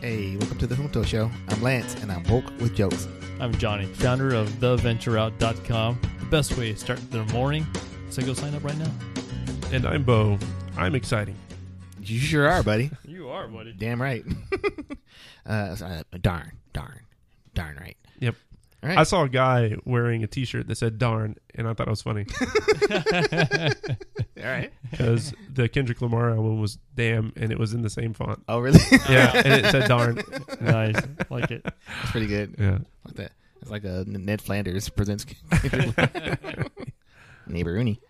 Hey, welcome to the Junto Show. I'm Lance, and I'm woke with jokes. I'm Johnny, founder of theventureout.com. The best way to start their morning. So go sign up right now. And I'm Bo. I'm exciting. You sure are, buddy. You are, buddy. Damn right. uh, so, uh, darn, darn, darn right. Yep. All right. I saw a guy wearing a T-shirt that said "darn," and I thought it was funny All right. because the Kendrick Lamar album was "damn" and it was in the same font. Oh, really? Yeah, and it said "darn." Nice. Like it. That's pretty good. Yeah, Like that. It's like a N- Ned Flanders presents neighbor Rooney.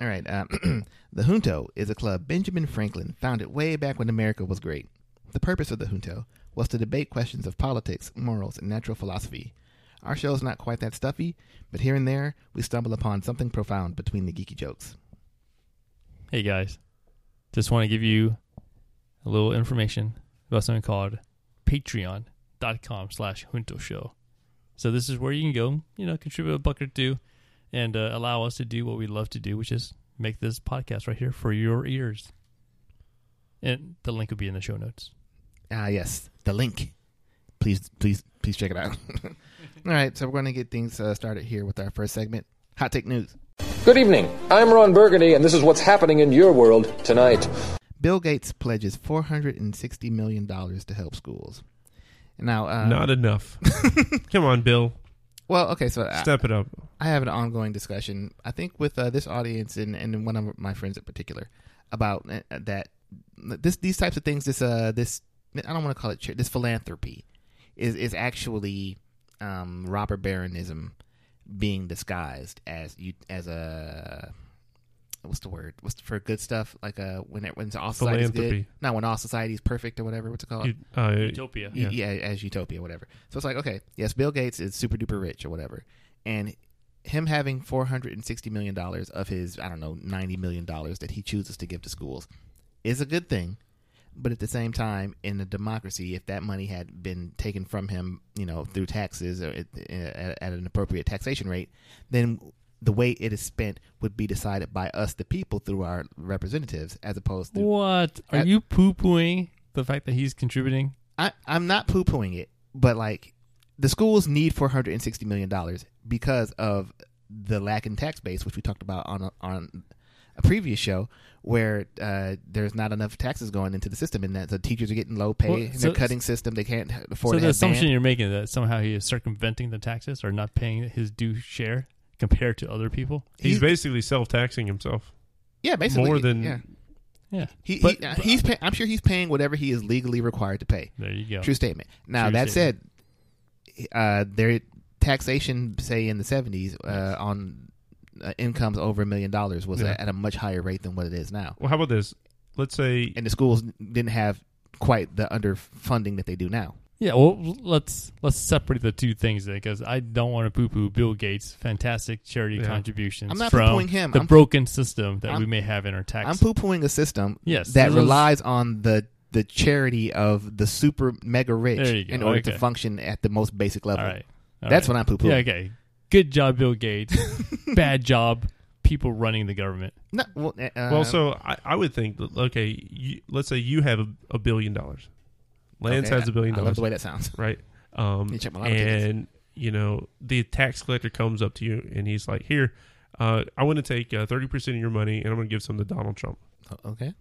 All right. Um, the Junto is a club Benjamin Franklin founded way back when America was great. The purpose of the Junto was to debate questions of politics, morals, and natural philosophy. Our show is not quite that stuffy, but here and there we stumble upon something profound between the geeky jokes. Hey, guys. Just want to give you a little information about something called patreon.com slash junto show. So this is where you can go, you know, contribute a buck or two and uh, allow us to do what we love to do, which is make this podcast right here for your ears. And the link will be in the show notes. Ah, yes, the link. Please, please, please check it out. All right, so we're going to get things uh, started here with our first segment, hot take news. Good evening. I'm Ron Burgundy, and this is what's happening in your world tonight. Bill Gates pledges four hundred and sixty million dollars to help schools. Now, uh, not enough. Come on, Bill, well, okay, so I, step it up. I have an ongoing discussion. I think with uh, this audience and, and one of my friends in particular about uh, that this these types of things. This uh this I don't want to call it char- this philanthropy is is actually um, robber baronism being disguised as you as a what's the word what's for good stuff like uh when it, when all society's good Philanthropy. not when all society's perfect or whatever what's it called You- uh, Utopia. yeah. as utopia, whatever. So it's like, okay, yes, Bill Gates is super duper rich or whatever, and him having four hundred and sixty million dollars of his, I don't know, ninety million dollars that he chooses to give to schools is a good thing. But at the same time, in a democracy, if that money had been taken from him, you know, through taxes or at, at, at an appropriate taxation rate, then the way it is spent would be decided by us, the people, through our representatives, as opposed to What are At- you poo pooing the fact that he's contributing? I, I'm not poo pooing it, but like the schools need four hundred and sixty million dollars because of the lack in tax base, which we talked about on a, on a previous show, where uh, there's not enough taxes going into the system, and that the teachers are getting low pay, Well, and so- they're cutting system. They can't afford So to the have assumption band. you're making that somehow he is circumventing the taxes or not paying his due share compared to other people. he's He- basically self-taxing himself. yeah, basically more than- yeah. Yeah, He, But- he, uh, he's pay, I'm sure he's paying whatever he is legally required to pay. there you go. True statement. Now True that statement. said, uh, their taxation, say in the seventies, uh, on uh, incomes over a million dollars was Yeah. at a much higher rate than what it is now, Well, how about this? Let's say and the schools didn't have quite the underfunding that they do now. Yeah, well, let's let's separate the two things because I don't want to poo poo Bill Gates' fantastic charity Yeah. contributions I'm not from poo-pooing him. the I'm- broken system that I'm- we may have in our tax. I'm poo pooing a system Yes, that those- relies on the the charity of the super mega There you rich go. in order to Okay. function at the most basic All level. right, all That's right. what I'm poo pooing. Yeah, okay. Good job, Bill Gates. Bad job, people running the government. No, well, uh, Well, so I, I would think, that, okay, you, let's say you have a, a billion dollars. Lance okay, has a billion I love dollars, the way that sounds. right? Um, You check my lottery tickets. and you know the tax collector comes up to you and he's like, "Here, uh, I want to take thirty percent of your money and I'm going to give some to Donald Trump." Okay.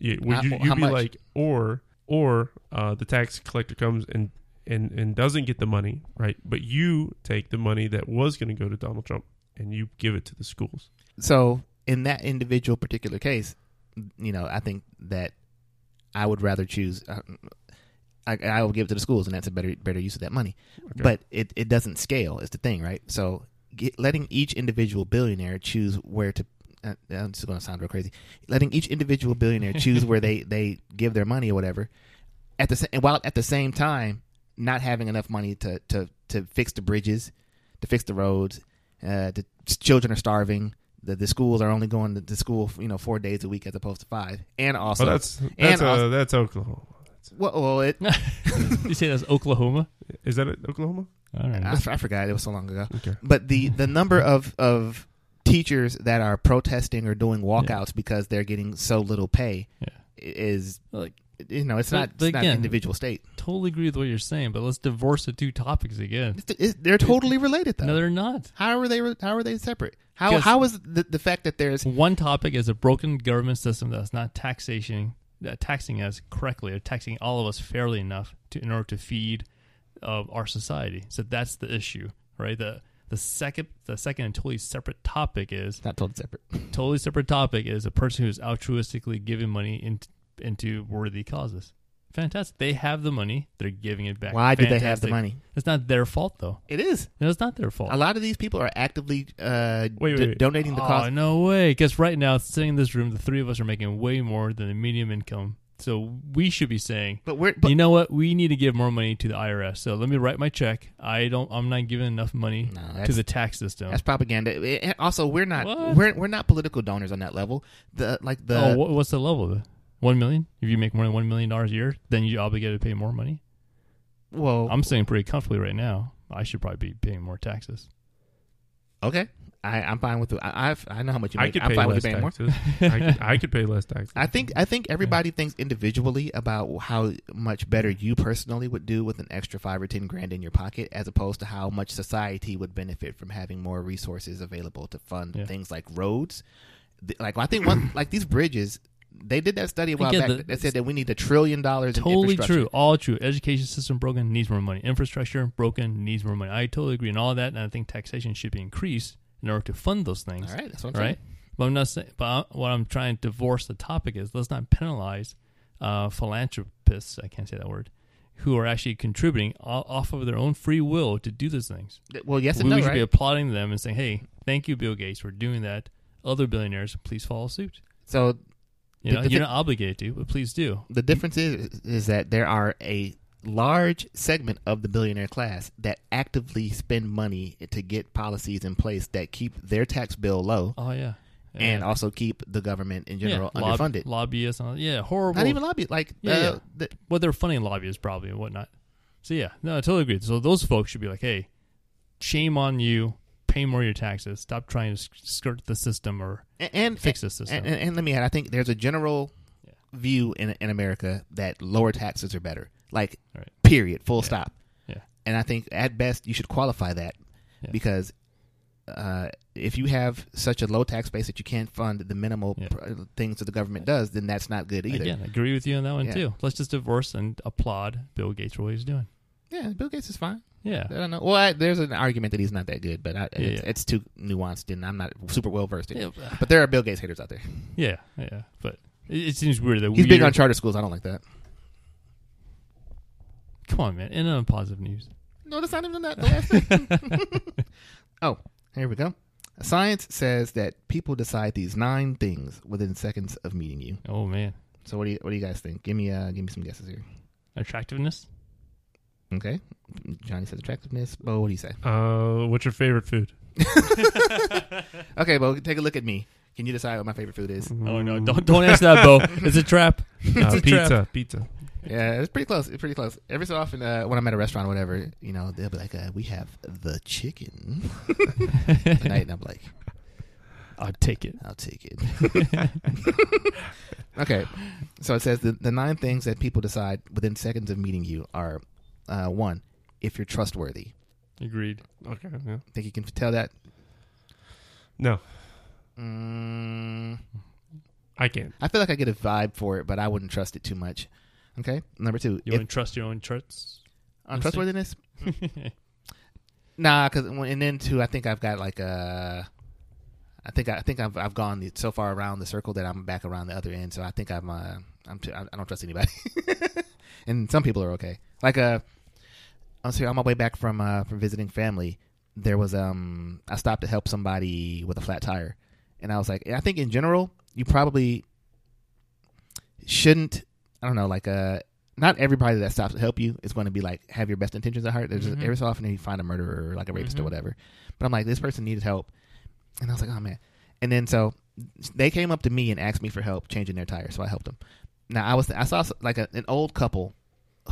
Yeah, would How- you how you be much? like, or or uh, the tax collector comes and and and doesn't get the money, right? But you take the money that was going to go to Donald Trump and you give it to the schools. So in that individual particular case, you know, I think that I would rather choose. Uh, I, I will give it to the schools, and that's a better better use of that money. But it, it doesn't scale is the thing, right? So get, letting each individual billionaire choose where to. Uh, I'm just going to sound real crazy. Letting each individual billionaire choose where they they give their money or whatever. At the sa- and while at the same time not having enough money to to to fix the bridges, to fix the roads, uh, the children are starving. The, the schools are only going to, to school, you know, four days a week as opposed to five, and also Well, that's and that's uh, also- that's Oklahoma. well, well, it, you say that's Oklahoma? Is that it, Oklahoma? All right. I, f- I forgot it was so long ago. Okay. But the the number of of teachers that are protesting or doing walkouts because they're getting so little pay Yeah. is Like, you know, it's But not, it's not an again- individual state. Totally agree with what you're saying, but let's divorce the two topics again. It's, it's, they're totally related though. No, they're not. how are they? re- How are they separate? How Because- how is the, the fact that there's One topic is a broken government system that's not taxation, that taxing us correctly or taxing all of us fairly enough to in order to feed uh, our society. So that's the issue, right? The the second the second and totally separate topic is not totally separate? totally separate topic is a person who's altruistically giving money in, into worthy causes. Fantastic. They have the money. They're giving it back. Why do they have the Fantastic. money? It's not their fault, though. It is No, it's not their fault. a lot of these people are actively uh, Wait, wait, do- wait. donating the Oh, cause. no way. Because right now, sitting in this room, the three of us are making way more than the medium income. So we should be saying, But we're but you know what? We need to give more money to the IRS. So let me write my check. I don't. I'm not giving enough money No, to that's- the tax system. that's propaganda. It- And also, we're not What? we're we're not political donors on that level. The like the oh, what, what's the level? Though? One million. If you make more than one million dollars a year, then you're obligated to pay more money. well, I'm sitting pretty comfortably right now. I should probably be paying more taxes. okay. I I'm fine with I I've, I know how much you I make. could I'm pay fine with less you paying more. taxes. I, could, I could pay less taxes. I think I think everybody thinks individually about how much better Mm-hmm. you personally would do with an extra five or ten grand in your pocket, as opposed to how much society would benefit from having more resources available to fund Yeah. things like roads. Th- Like I think one like these bridges, they did that study a while Again, back the- that said that we need a trillion dollars. in Totally infrastructure. true. All true. Education system broken needs more money. Infrastructure broken needs more money. I totally agree on all that, and I think taxation should be increased in order to fund those things. All right, that's what I'm All right. But I'm not saying. But I, what I'm trying to divorce the topic is let's not penalize uh, philanthropists. I can't say that word. Who are actually contributing o- off of their own free will to do those things? saying. Well, yes we and no, should be right? applauding them and saying, "Hey, thank you, Bill Gates, for doing that." Other billionaires, please follow suit. So The- You know, the you're thi- not obligated to, but please do. the difference is is that there are a large segment of the billionaire class that actively spend money to get policies in place that keep their tax bill low Oh yeah, and also keep the government in general lob- underfunded. lobbyists, and all- yeah, horrible. Not even lobby, like Yeah, uh, yeah. The, well, they're funding lobbyists probably and whatnot. So yeah, no, I totally agree. So those folks should be like, hey, shame on you. Pay more of your taxes. Stop trying to sk- skirt the system or and, and fix the system. And, and, and let me add, I think there's a general view in in America that lower taxes are better. Like, Right. period, full stop. Yeah. And I think at best you should qualify that Yeah. because uh, if you have such a low tax base that you can't fund the minimal Yeah. pr- things that the government does, then that's not good either. Again, agree with you on that one Yeah. too. Let's just divorce and applaud Bill Gates for what he's doing. Yeah, Bill Gates is fine. Yeah, I don't know. Well, I, there's an argument that he's not that good, but I, Uh-huh. Yeah, it's, yeah. it's too nuanced, and I'm not super well versed in it. Yeah. But there are Bill Gates haters out there. yeah, yeah. But it, it seems weird that He's we big on charter schools. I don't like that. Come on, man. And on positive news. No, that's not even that. The last thing. oh, here we go. Science says that people decide these nine things within seconds of meeting you. Oh man, So what do you what do you guys think? Give me uh give me some guesses here. attractiveness. Okay, Johnny says attractiveness. Bo, what do you say? Uh, what's your favorite food? Okay, Bo, take a look at me. Can you decide what my favorite food is? Oh no, don't don't answer that, Bo. It's a trap. Uh, a pizza. trap. Pizza. Yeah, it's pretty close. It's pretty close. Every so often, uh, when I'm at a restaurant or whatever, you know, they'll be like, uh, "We have the chicken tonight," and I'm like, I'll take it. I'll take it. okay. So it says the, the nine things that people decide within seconds of meeting you are uh, one, if you're trustworthy. Agreed. Okay. Yeah. Think you can tell that? No, Mm, I can't. I feel like I get a vibe for it, but I wouldn't trust it too much. Okay. Number two, if- You want to trust your own charts? on trustworthiness? Nah, cause, and then two, I think I've got like uh, a. I think I think I've I've gone the, so far around the circle that I'm back around the other end. So I think I'm uh, I'm too, I I don't trust anybody, and some people are okay. Like uh, I'm sorry, on my way back from uh, from visiting family, there was um I stopped to help somebody with a flat tire, and I was like, I think in general you probably shouldn't. I don't know, like uh, not everybody that stops to help you is going to be like have your best intentions at heart. There's just, Mhm. every so often you find a murderer or like a rapist Mhm. or whatever, but I'm like this person needed help, and I was like, oh man, and then so they came up to me and asked me for help changing their tire, so I helped them. Now I was I saw like a, an old couple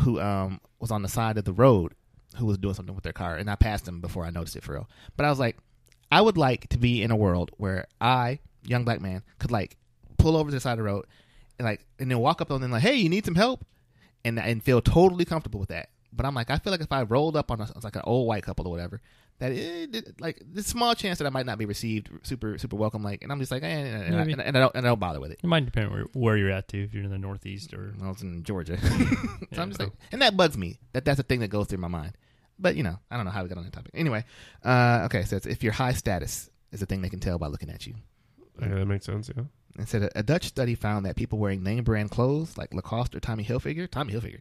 who um was on the side of the road who was doing something with their car, and I passed them before I noticed it for real. But I was like, I would like to be in a world where I, young black man, could like pull over to the side of the road like and they'll walk up on them like, "Hey, you need some help," and and feel totally comfortable with that. But I'm like, I feel like if I rolled up on a, like an old white couple or whatever, that it, like the small chance that I might not be received super super welcome. Like, and I'm just like, eh, and, and, I, Maybe. and, I- and I don't and I don't bother with it. It might depend where, where you're at too. If you're in the Northeast or I was in Georgia, so I'm just like, and that bugs me. That that's a thing that goes through my mind. But you know, I don't know how we got on that topic. Anyway, uh, okay, so it's if your high status is a thing they can tell by looking at you. Yeah, that makes sense. Yeah. and said a, a Dutch study found that people wearing name brand clothes like Lacoste or Tommy Hilfiger, Tommy Hilfiger,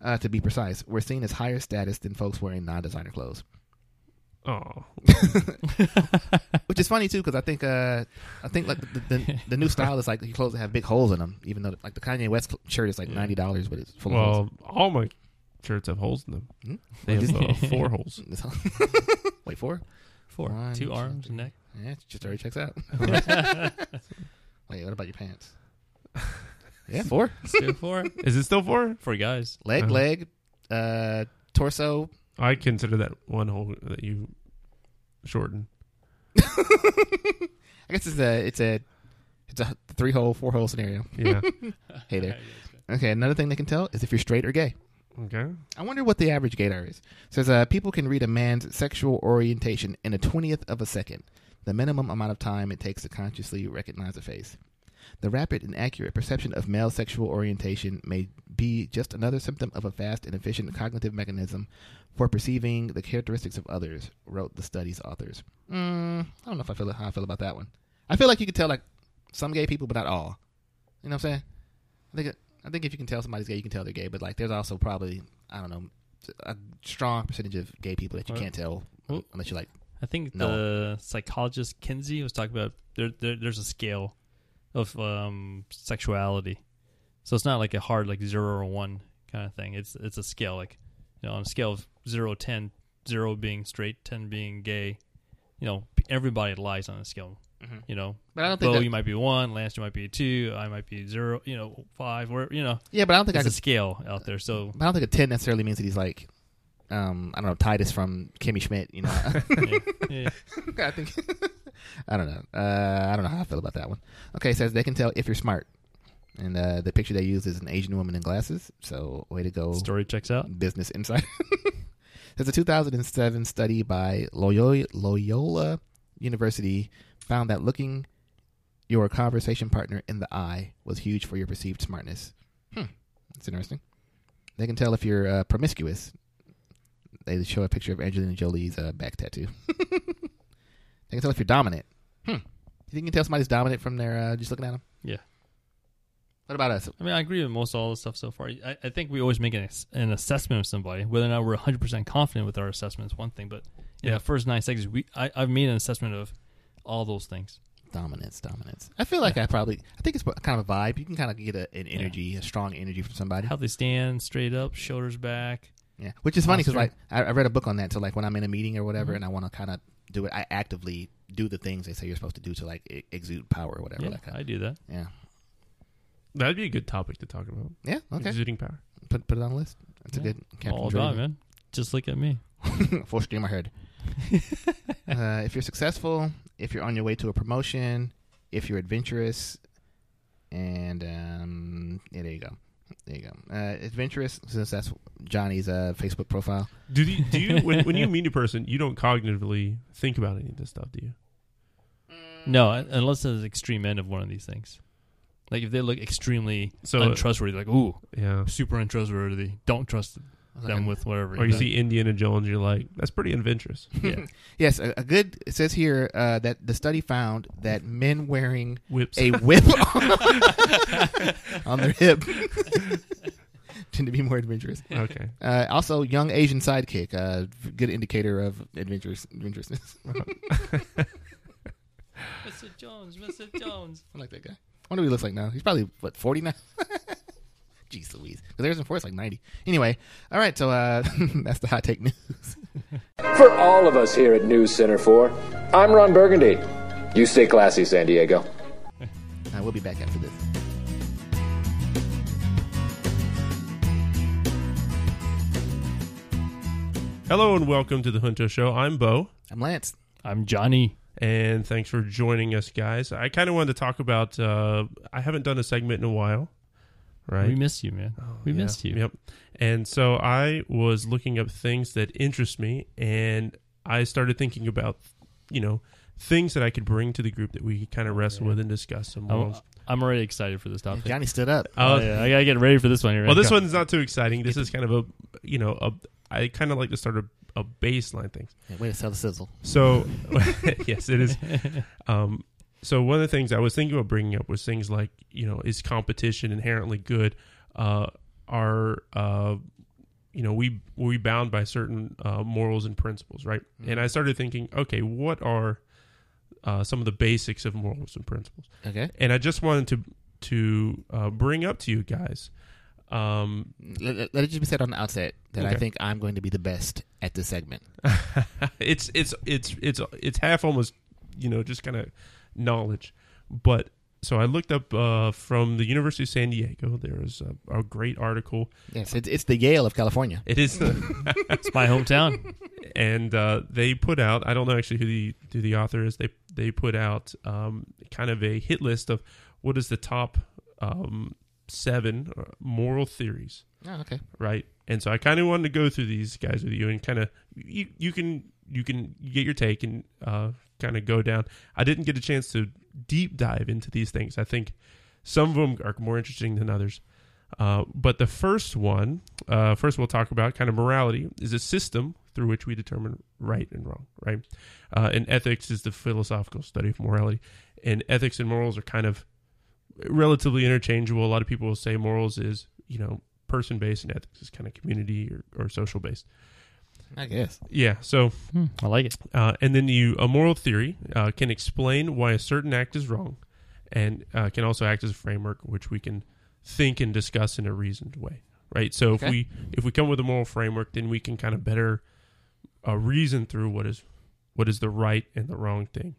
uh, to be precise, were seen as higher status than folks wearing non-designer clothes. Oh, Which is funny too, because I think uh, I think like the, the, the new style is like your clothes that have big holes in them. Even though like the Kanye West cl- shirt is like ninety dollars, but it's full of holes. well, all my shirts have holes in them. Hmm? They have Well, uh, four holes. It's all- Wait for it. four, One, two two, arms, neck. Yeah, it just already checks out. Wait, what about your pants? Yeah, four Still four. Is it still four? Four guys. leg, Uh-huh. leg, uh, torso. I consider that one hole that you shorten. I guess it's a it's a it's a three hole, four hole scenario. Yeah. Hey there. Okay, another thing they can tell is if you're straight or gay. okay. I wonder what the average gaydar is. says uh, people can read a man's sexual orientation in a twentieth of a second, the minimum amount of time it takes to consciously recognize a face. The rapid and accurate perception of male sexual orientation may be just another symptom of a fast and efficient cognitive mechanism for perceiving the characteristics of others, wrote the study's authors. Mm, I don't know if I feel how I feel about that one. I feel like you could tell like some gay people, but not all. You know what I'm saying? I think I think if you can tell somebody's gay, you can tell they're gay. But like, there's also probably I don't know a strong percentage of gay people that you Well- can't tell well- unless you like. I think No. the psychologist Kinsey was talking about there, there there's a scale of um, sexuality. So it's not like a hard like zero or one kind of thing. It's it's a scale like you know, on a scale of zero to ten, zero being straight, ten being gay, you know, p- everybody lies on a scale. Mhm. You know, But I don't Bo, think. mm-hmm. you That, might be one, Lance, you might be two, I might be zero, you know, five, where you know, yeah, but I don't think I there's a could. scale out there. So But I don't think a ten necessarily means that he's like. Um, I don't know Titus from Kimmy Schmidt. You know, yeah, yeah. I think. I don't know. Uh, I don't know how I feel about that one. Okay, it says they can tell if you're smart, and uh, the picture they use is an Asian woman in glasses. So way to go. story checks out. Business Insider. There's a 2007 study by Loyola, Loyola University found that looking your conversation partner in the eye was huge for your perceived smartness. Hmm, that's interesting. They can tell if you're uh, promiscuous. They show a picture of Angelina Jolie's uh, back tattoo. they can tell if you're dominant. Hmm. You think you can tell somebody's dominant from their uh, just looking at them? Yeah. What about us? I mean, I agree with most all the stuff so far. I, I think we always make an, ass- an assessment of somebody. Whether or not we're 100% confident with our assessment is one thing, but yeah, Yeah. first nine seconds, we I, I've made an assessment of all those things. dominance, dominance. I feel like I probably, I think it's kind of a vibe. You can kind of get a, an energy, a strong energy from somebody. How they stand, straight up, shoulders back. Yeah, which is funny because like Posture. I, I read a book on that. So like when I'm in a meeting or whatever, Mm-hmm. and I want to kind of do it, I actively do the things they say you're supposed to do to like e- exude power or whatever. Yeah, like, I do that. yeah, That'd be a good topic to talk about. yeah. Okay, Exuding power. put put it on the list. That's Yeah. a good. Captain all Jordan. about, man. Just look at me. full steam ahead. uh, if you're successful, if you're on your way to a promotion, if you're adventurous, and um, yeah, there you go, there you go. Uh, adventurous, since that's Johnny's uh, Facebook profile. Do you, do you when, when you meet a person, you don't cognitively think about any of this stuff, do you? No, un- unless there's extreme end of one of these things. Like if they look extremely So- untrustworthy, like, ooh, Yeah. super untrustworthy, don't trust them with whatever. Or you see Indiana Jones, you're like, that's pretty adventurous. yeah. "Hmm." Yes, a, a good. It says here uh, that the study found that men wearing Whips. a whip on, on their hip tend to be more adventurous. okay. Uh, also, young Asian sidekick, uh, good indicator of adventurous adventurousness. Mr. Jones, Mr. Jones. I like that guy. I wonder what he looks like now. He's probably what forty now. Jeez Louise, because there's in force like ninety. Anyway, all right. So uh, that's the hot take news. For all of us here at News Center 4, I'm Ron Burgundy. You stay classy, San Diego. Uh, we'll be back after this. Hello and welcome to the Hunto Show. I'm Bo, I'm Lance. I'm Johnny. and thanks for joining us, guys. I kind of wanted to talk about. Uh, I haven't done a segment in a while, right? We missed you, man. we Yeah. missed you. Yep. And so I was looking up things that interest me, and I started thinking about, you know, things that I could bring to the group that we could kind of wrestle with and discuss some. I'm, more. I'm already excited for this topic. Johnny stood up. Oh, Uh, yeah, I gotta get ready for this one here. Well, this Okay. one's not too exciting. This is kind of a, you know, a. I kind of like to start a, a baseline thing. Yeah, way to sell the sizzle. So, yes, it is. Um, so one of the things I was thinking about bringing up was things like, you know, is competition inherently good? Uh, are uh, you know, we we bound by certain uh, morals and principles, right? And I started thinking, okay, what are uh, some of the basics of morals and principles? Okay, And I just wanted to to uh, bring up to you guys. Um, let, let- let it just be said on the outset that I Okay. think I'm going to be the best at this segment. it's it's it's it's it's half almost you know just kind of knowledge but so i looked up uh, from the university of san diego there is a, a great article Yes, it's, it's the Yale of California. it is it's my hometown. and uh, they put out i don't know actually who the who the author is they they put out um, kind of a hit list of what is the top um, seven uh, moral theories Oh, okay. right? And so I kind of wanted to go through these guys with you and kind of you, you can you can get your take and uh, kind of go down. I didn't get a chance to deep dive into these things. I think some of them are more interesting than others. Uh, but the first one, uh, first we'll talk about kind of morality is a system through which we determine right and wrong, right? Uh, and ethics is the philosophical study of morality, and ethics and morals are kind of relatively interchangeable. A lot of people will say morals is you know person based and ethics is kind of community or, or social based. I guess. Yeah. So, Hmm, I like it. uh, and then you a moral theory uh, can explain why a certain act is wrong, and uh, can also act as a framework which we can think and discuss in a reasoned way. Right. So Okay. if we if we come with a moral framework, then we can kind of better uh, reason through what is what is the right and the wrong thing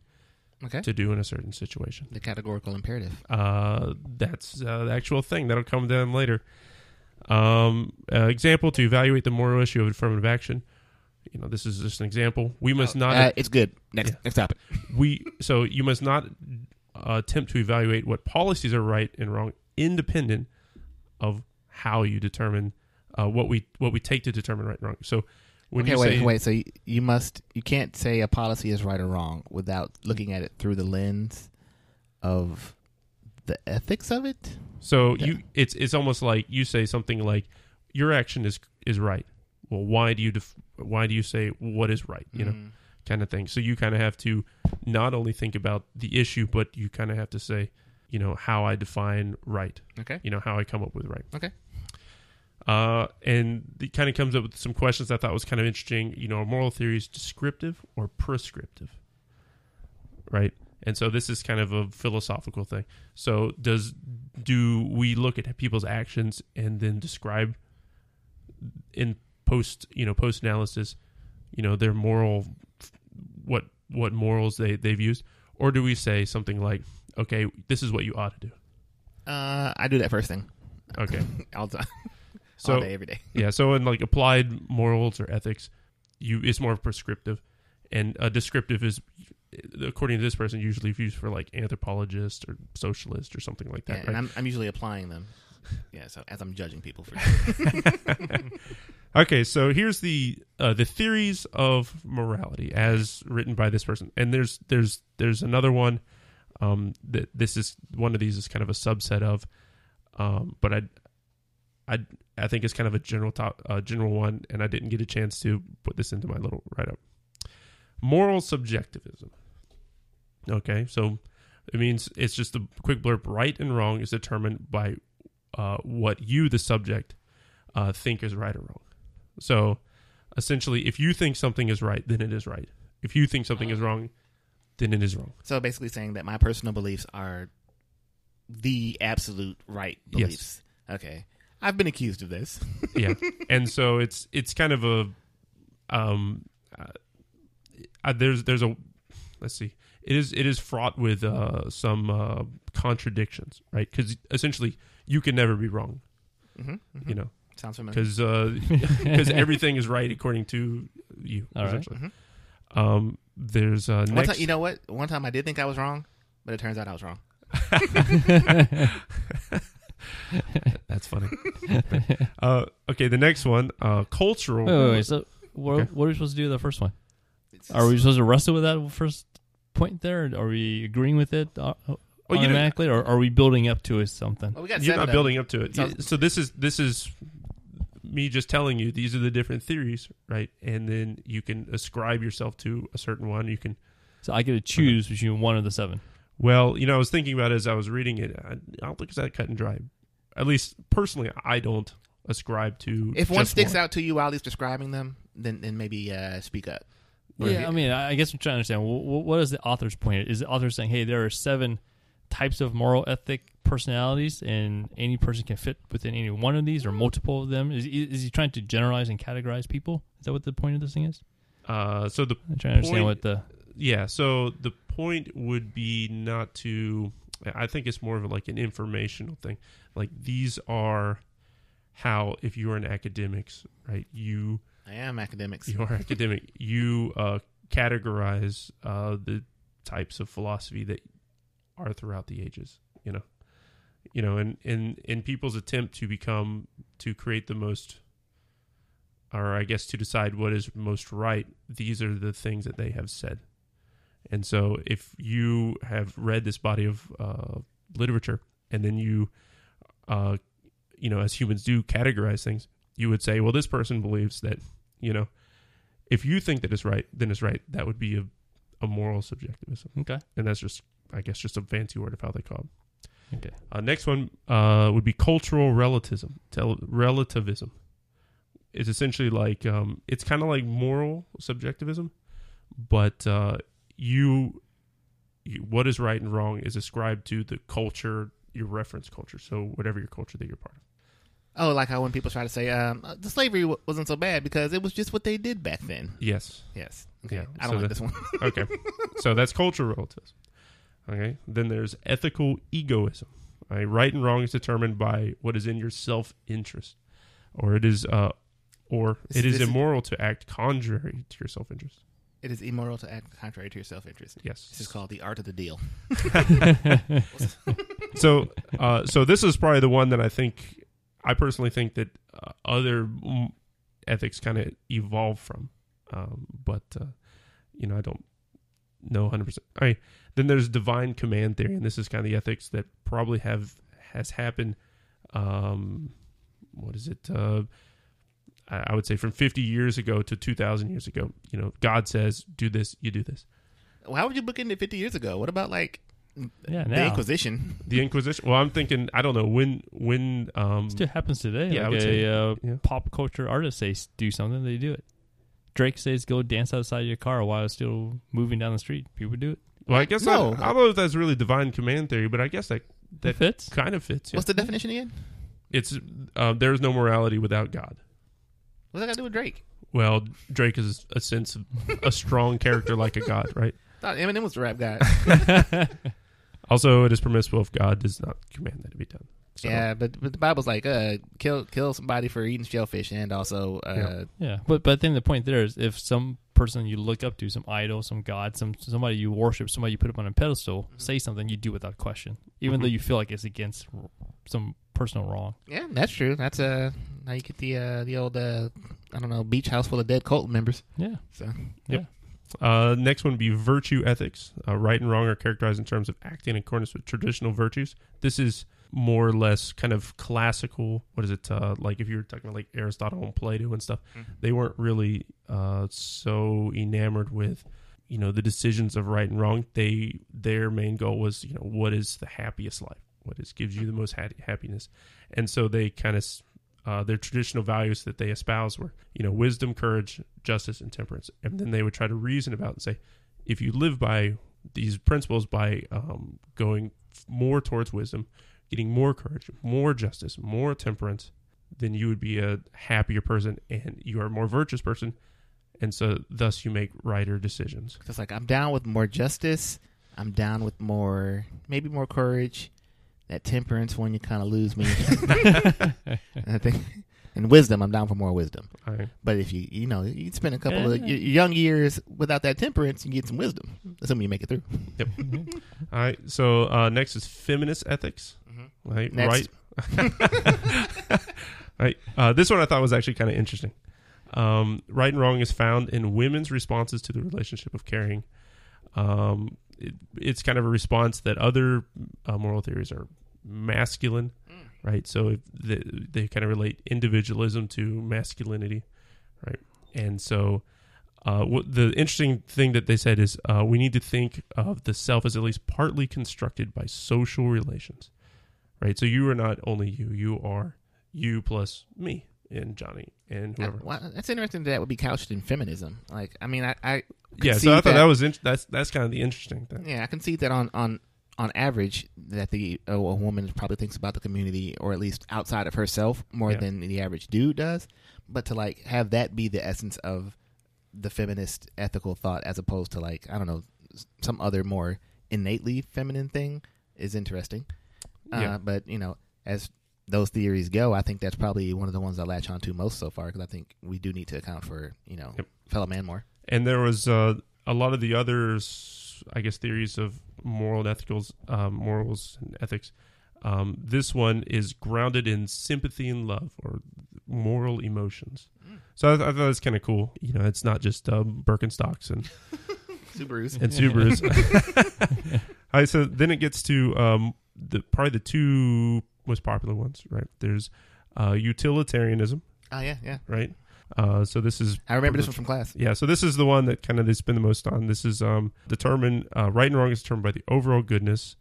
Okay. to do in a certain situation. The categorical imperative. Uh, that's uh, the actual thing that'll come down later. Um, uh, example to evaluate the moral issue of affirmative action. You know, this is just an example. We must not Uh, it's good. Next Yeah. next topic. we so you must not uh, attempt to evaluate what policies are right and wrong, independent of how you determine uh, what we what we take to determine right and wrong. So when okay, you wait, say wait. So you, you must you can't say a policy is right or wrong without looking at it through the lens of the ethics of it. So Yeah. you, it's it's almost like you say something like, "Your action is is right." Well, why do you def- why do you say what is right? You know, Mm. kind of thing. So you kind of have to not only think about the issue, but you kind of have to say, you know, how I define right. Okay. You know, how I come up with right. Okay. Uh, and it kind of comes up with some questions I thought was kind of interesting. You know, are moral theories descriptive or prescriptive? Right. And so this is kind of a philosophical thing. So does do we look at people's actions and then describe in post you know post analysis you know their moral what what morals they they've used or do we say something like okay this is what you ought to do Uh, I do that first thing okay all the time, so all day, every day. yeah so in like applied morals or ethics you it's more prescriptive and uh, descriptive is according to this person usually used for like anthropologist or socialist or something like Yeah, that right? and I'm I'm usually applying them. Yeah. So as I'm judging people for Okay, so here's the uh, the theories of morality as written by this person, and there's there's there's another one um, that this is one of these is kind of a subset of, um, but I I I think it's kind of a general top uh, general one, and I didn't get a chance to put this into my little write up. Moral subjectivism. Okay, so it means it's just a quick blurb. Right and wrong is determined by uh, what you, the subject, uh, think is right or wrong. So essentially, if you think something is right, then it is right. If you think something Uh-huh. is wrong, then it is wrong. So basically saying that my personal beliefs are the absolute right Yes. beliefs. Okay. I've been accused of this. yeah and so it's it's kind of a um uh, uh, there's there's a let's see it is it is fraught with uh some uh contradictions right because essentially you can never be wrong Mhm, mhm. Mm-hmm. you know Sounds familiar. because because everything is right according to you All right. Mm-hmm. essentially um there's uh One next time, you know what? One time I did think I was wrong, but it turns out I was wrong. That's funny. uh, okay, the next one, uh, cultural. Wait, wait, wait. So, what, Okay. what are we supposed to do with that first one? Are we supposed to wrestle with that first point there? Are we agreeing with it uh, you know- automatically, or are we building up to it something? Well, we got You're not building up to it. Sounds- so this is this is me just telling you these are the different theories, right? And then you can ascribe yourself to a certain one. You can So I get to choose between one of the seven. Well, you know, I was thinking about it as I was reading it. I, I don't think it's that cut and dry. At least personally, I don't ascribe to. If one sticks out to you while he's describing them, then then maybe uh, speak up. Yeah, I mean, I I guess I'm trying to understand what, what is the author's point? Is the author saying, "Hey, there are seven types of moral ethic personalities, and any person can fit within any one of these or multiple of them"? Is he- is he trying to generalize and categorize people? Is that what the point of this thing is? Uh, so the I'm trying to understand Point- what the yeah, so the point would be not to. I think it's more of like an informational thing. Like these are how if you are in academics, right? You I am academics. you are academic. You uh, categorize uh, the types of philosophy that are throughout the ages. You know, you know, and in in people's attempt to become to create the most, or I guess to decide what is most right. These are the things that they have said, and so if you have read this body of uh, literature, and then you, uh, you know, as humans do, categorize things. You would say, well, this person believes that, you know, if you think that it's right, then it's right. That would be a, a moral subjectivism. okay. And that's just, I guess, just a fancy word of how they call it. Okay. Uh, next one uh, would be cultural relativism. Tel- relativism. It's essentially like, um, it's kind of like moral subjectivism, but uh, you, you, what is right and wrong is ascribed to the culture, your reference culture. So whatever your culture that you're part of. Oh, like how when people try to say um, uh, the slavery w- wasn't so bad because it was just what they did back then. Yes. Yes. Okay. Yeah, I don't so like the- this one. okay. So that's cultural relativism. Okay. Then there's ethical egoism. All right? Right and wrong is determined by what is in your self interest, or it is uh, or This- it is this- immoral to act contrary to your self interest. it is immoral to act contrary to your self-interest. Yes. This is called the art of the deal. so uh, so this is probably the one that I think I personally think that uh, other mm, ethics kind of evolve from, um, but uh, you know I don't know 100. percent I then there's divine command theory, and this is kind of the ethics that probably have has happened. Um, what is it? Uh, I I would say from 50 years ago to 2,000 years ago. You know, God says, "Do this, you do this." Well, How would you book into 50 years ago? What about like Yeah. the Now. It Inquisition? The Inquisition. Well, I'm thinking, I don't know when when um, still happens today. Yeah, I like would a, say- uh, yeah. pop culture artist say s- do something, they do it. Drake says go dance outside your car while it's still moving down the street. People do it. Well, I guess No. I, I don't know if that's really divine command theory, but I guess that That that fits. kind of fits. Yeah. What's the definition again? It's uh, there is no morality without God. What's that got to do with Drake? Well, Drake is a sense of a strong character like a god, right? Thought Eminem was the rap guy. Also, it is permissible if God does not command that it be done. So, Yeah, but, but the Bible's like, uh, kill kill somebody for eating shellfish, and also, uh, Yeah, but but I think the point there is if some person you look up to, some idol, some god, some somebody you worship, somebody you put up on a pedestal, say something you do without question, even though you feel like it's against r- some personal wrong. yeah, that's true. That's uh, how you get the uh, the old uh, I don't know, beach house full of dead cult members. Yeah, So Uh, next one would be virtue ethics. Uh, right and wrong are characterized in terms of acting in accordance with traditional virtues. This is more or less kind of classical. What is it? Uh, like if you were talking about like Aristotle and Plato and stuff, they weren't really uh, so enamored with you know the decisions of right and wrong. They their main goal was you know what is the happiest life, what is gives you the most ha- happiness, and so they kind of uh, their traditional values that they espouse were, you know, wisdom, courage, justice, and temperance. And then they would try to reason about and say, if you live by these principles by um, going f- more towards wisdom, getting more courage, more justice, more temperance, then you would be a happier person and you are a more virtuous person. And so, thus, you make righter decisions. it's like I'm down with more justice. I'm down with more, maybe more courage. That temperance one you kind of lose me. Mm-hmm. and I think, and wisdom. I'm down for more wisdom. All right. But if you you know you can spend a couple of Yeah. your your young years without that temperance, you get some wisdom. Assuming you make it through. All right. So, uh, next is feminist ethics. Right. Next. Right. Right. Uh, this one I thought was actually kind of interesting. Um, right and wrong is found in women's responses to the relationship of caring. Um, it, it's kind of a response that other uh, moral theories are masculine, right? So if they, they kind of relate individualism to masculinity, right? And so uh, what the interesting thing that they said is uh, we need to think of the self as at least partly constructed by social relations, right? So you are not only you; you are you plus me and Johnny and Uh, whoever. well, that's interesting. That, that would be couched in feminism. Like, I mean, I, I could yeah, see so I thought that, was in- that's that's kind of the interesting thing. Yeah, I can see that on on on average that the a, a woman probably thinks about the community or at least outside of herself more Yeah. than the average dude does. But to like have that be the essence of the feminist ethical thought as opposed to like I don't know s- some other more innately feminine thing is interesting. Yeah. Uh, but you know, as those theories go, I think that's probably one of the ones I latch onto most so far because I think we do need to account for you know Yep. fellow man more. and there was uh, a lot of the others, I guess, theories of moral and ethicals, um, morals and ethics. Um, this one is grounded in sympathy and love, or moral emotions. So I, I thought that's kind of cool. You know, it's not just um, Birkenstocks and Subarus. and Subarus. All right, so then it gets to um, the probably the two most popular ones, right? There's uh, utilitarianism, Oh yeah, yeah. right? Uh, so this is I remember this one from class. yeah, so this is the one that kind of they spend the most on. This is um, determined uh, right and wrong is determined by the overall goodness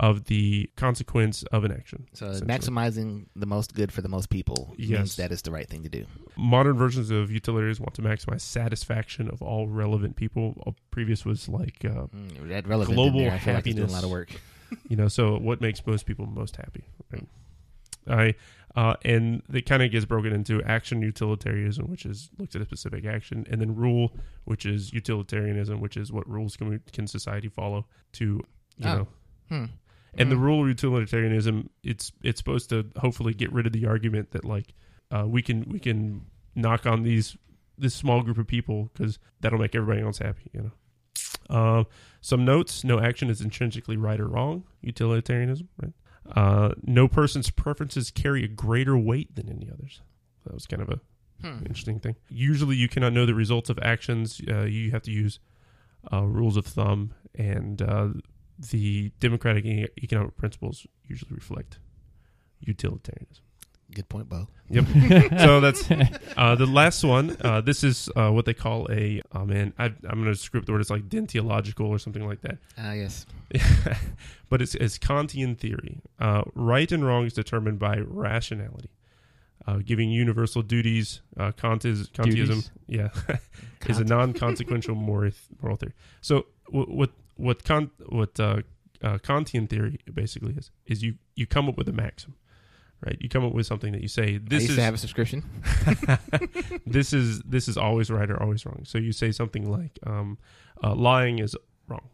of the consequence of an action. So essentially. maximizing the most good for the most people Yes. means that is the right thing to do. modern versions of utilitarians want to maximize satisfaction of all relevant people. Uh, Previous was like uh, Mm, that relevant in Global there, I feel like it's doing a happiness. lot of work. you know so what makes most people most happy right i uh, and it kind of gets broken into action utilitarianism which is looks at a specific action and then rule which is utilitarianism which is what rules can, we, can society follow to you Oh. know Hmm. and the Hmm. rule of utilitarianism it's it's supposed to hopefully get rid of the argument that like uh, we can we can knock on these this small group of people because that'll make everybody else happy you know uh, some notes no action is intrinsically right or wrong utilitarianism right uh, no person's preferences carry a greater weight than any others that was kind of a Hmm. interesting thing usually you cannot know the results of actions uh, you have to use uh, rules of thumb and uh, the democratic e- economic principles usually reflect utilitarianism. Good point, Bo. Yep. so that's uh, the last one. Uh, this is uh, what they call a. Oh man, I, I'm going to script the word. It's like dentiological or something like that. Ah, yes. but it's, it's Kantian theory. Uh, right and wrong is determined by rationality. Uh, giving universal duties, uh, Kant is Kantism, Duties? yeah, is a non-consequential moral, moral theory. So what what what Kant what uh, uh, Kantian theory basically is is you you come up with a maxim, right? You come up with something that you say I this used to have is a subscription. this is this is always right or always wrong. So you say something like um, uh, lying is wrong,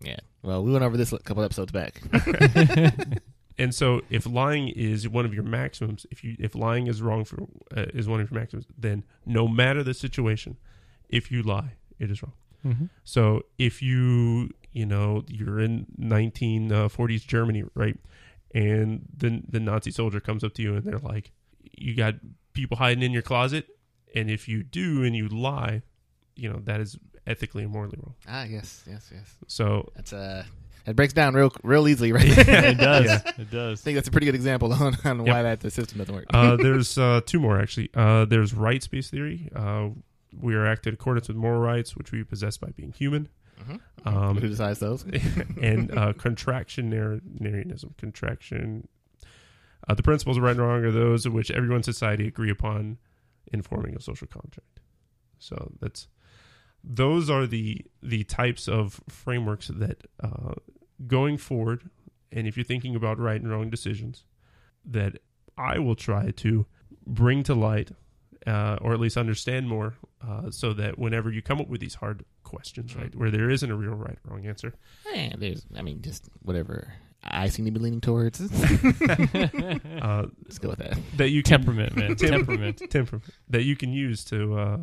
Yeah. Well, we went over this a couple episodes back. and so if lying is one of your maximums if you if lying is wrong for uh, is one of your maxims then no matter the situation if you lie it is wrong Mhm. so if you you know you're in 1940s germany right and then the nazi soldier comes up to you and they're like you got people hiding in your closet and if you do and you lie you know that is ethically and morally wrong ah, yes, yes, yes. so That's uh, that breaks down real, real easily, right? there. It does. I It does. think that's a pretty good example on, on why that the system doesn't work. uh, there's uh, two more actually. Uh, there's rights based theory. Uh, we are acted in accordance with moral rights, which we possess by being human, Mhm. Who um, decides those? and uh, contractionarianism. Contraction. Uh, the principles of right and wrong are those of which everyone in society agree upon in forming a social contract. So that's those are the the types of frameworks that uh, going forward, and if you're thinking about right and wrong decisions, that I will try to bring to light, uh, or at least understand more, uh, so that whenever you come up with these hard questions, right, where there isn't a real right or wrong answer, Eh, there's, I mean, just whatever I seem to be leaning towards. uh, Let's go with that. that you can Temperament, man. Temper- Temperament. temper- that you can use to, uh,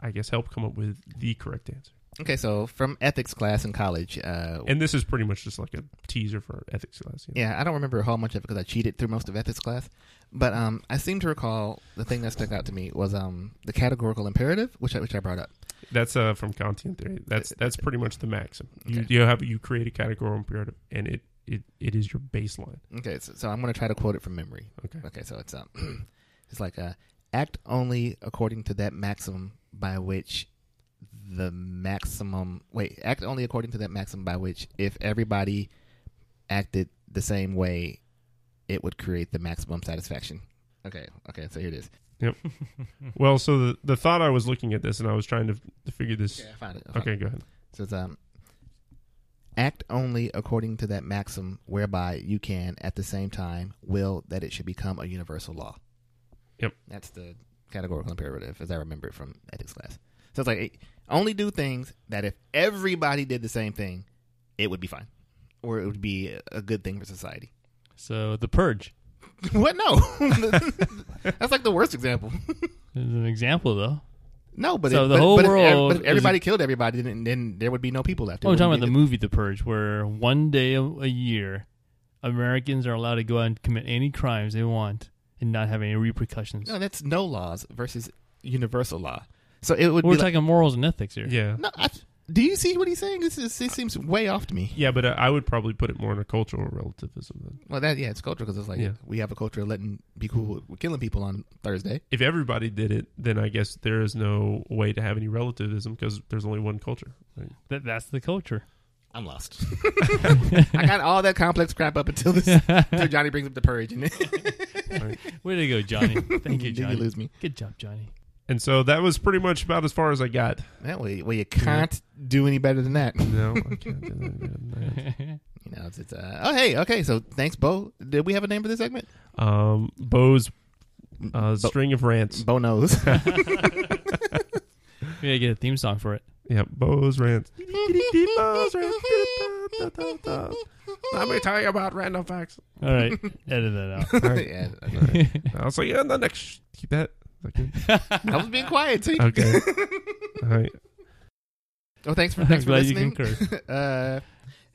I guess, help come up with the correct answer. Okay, so from ethics class in college, uh, And this is pretty much just like a teaser for ethics class. you know. yeah, I don't remember a whole much of it because I cheated through most of ethics class, but um, I seem to recall the thing that stuck out to me was um the categorical imperative, which I, which I brought up. That's uh, from Kantian theory. That's that's pretty much the maxim. You Okay. you have you create a categorical imperative, and it it, it is your baseline. Okay, so, so I'm going to try to quote it from memory. Okay. Okay, so it's um, it's like uh, act only according to that maxim by which the maximum wait act only according to that maxim by which if everybody acted the same way, it would create the maximum satisfaction. Okay, okay, so here it is. Well, so the, the thought I was looking at this, and I was trying to, to figure this. Okay, I found it. I found Okay, go ahead. So it's um, act only according to that maxim whereby you can, at the same time, will that it should become a universal law. Yep. That's the categorical imperative, as I remember it from ethics class. So it's like eh, only do things that if everybody did the same thing, it would be fine, or it would be a- a good thing for society. So the purge what? No, that's like the worst example. is an example, though. No, but So if, the but- whole but if ev- world but if is- everybody killed everybody, then, then there would be no people left. It Oh, I'm talking wouldn't about the be- movie The Purge, where one day a, a year, Americans are allowed to go out and commit any crimes they want and not have any repercussions. No, that's no laws versus universal law. So it would We're be talking morals and ethics here. Yeah, like, no. I, do you see what he's saying? This is this seems way off to me. yeah, but I, I would probably put it more in a cultural relativism. Then. Well, that yeah, it's culture because it's like Yeah. we have a culture of letting be cool with killing people on Thursday. If everybody did it, then I guess there is no way to have any relativism because there's only one culture. Right? That, that's the culture. I'm lost. I got all that complex crap up until this until Johnny brings up the purge and Way to go, Johnny. Thank you, then you Johnny. lose me. Good job, Johnny. And so that was pretty much about as far as I got. That way, well, you can't do any better than that. You No, I can't do that again. know, it's, it's uh, oh hey, okay. So thanks, Bo. Did we have a name for this segment? Um, Bo's Bo- uh, string of rants. Bo knows. We gotta get a theme song for it. Yeah, Bo's rants. Bo's rants. Let me tell you about random facts. All right, edit that out. yeah, I'll see you in the next. Keep that. Okay. I was being quiet. See? Okay. All right. Oh, thanks for I'm thanks for glad you listening. concurred. uh,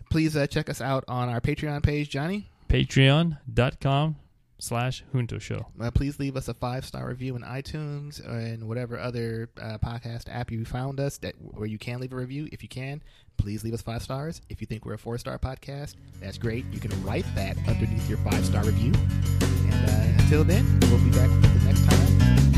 please uh, check us out on our Patreon page, Johnny. Patreon.com slash Junto Show. Uh, please leave us a five star review in iTunes and whatever other uh, podcast app you found us that where you can leave a review. If you can, please leave us five stars. If you think we're a four star podcast, that's great. You can write that underneath your five star review. And uh, until then, we'll be back the next time.